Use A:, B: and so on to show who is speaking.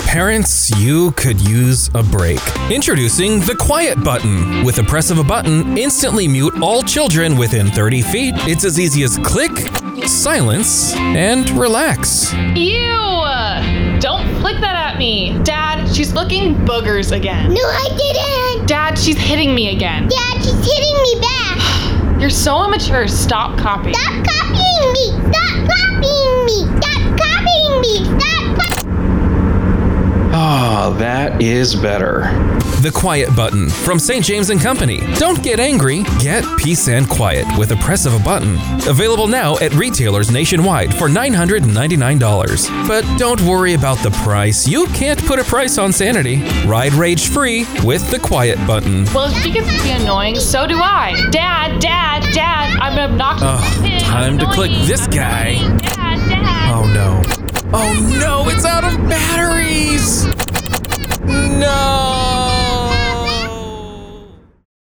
A: Parents, you could use a break. Introducing the quiet button. With the press of a button, instantly mute all children within 30 feet. It's as easy as click, silence, and relax.
B: Ew! Don't flick that at me. Dad, she's flicking boogers again.
C: No, I didn't.
B: Dad, she's hitting me again.
C: Dad, she's hitting me back.
B: You're so immature. Stop copying.
C: Stop copying me. Stop copying me. Stop copying me. Stop. Co-
D: Ah, that is better.
A: The Quiet Button from St. James and Company. Don't get angry, get peace and quiet with the press of a button. Available now at retailers nationwide for $999. But don't worry about the price. You can't put a price on sanity. Ride rage free with the Quiet Button.
B: Well, if she gets to be annoying, so do I. Dad, dad, dad, I'm obnoxious.
A: Ugh, time to click this guy.
B: Dad, dad.
A: Oh no. Oh no, it's out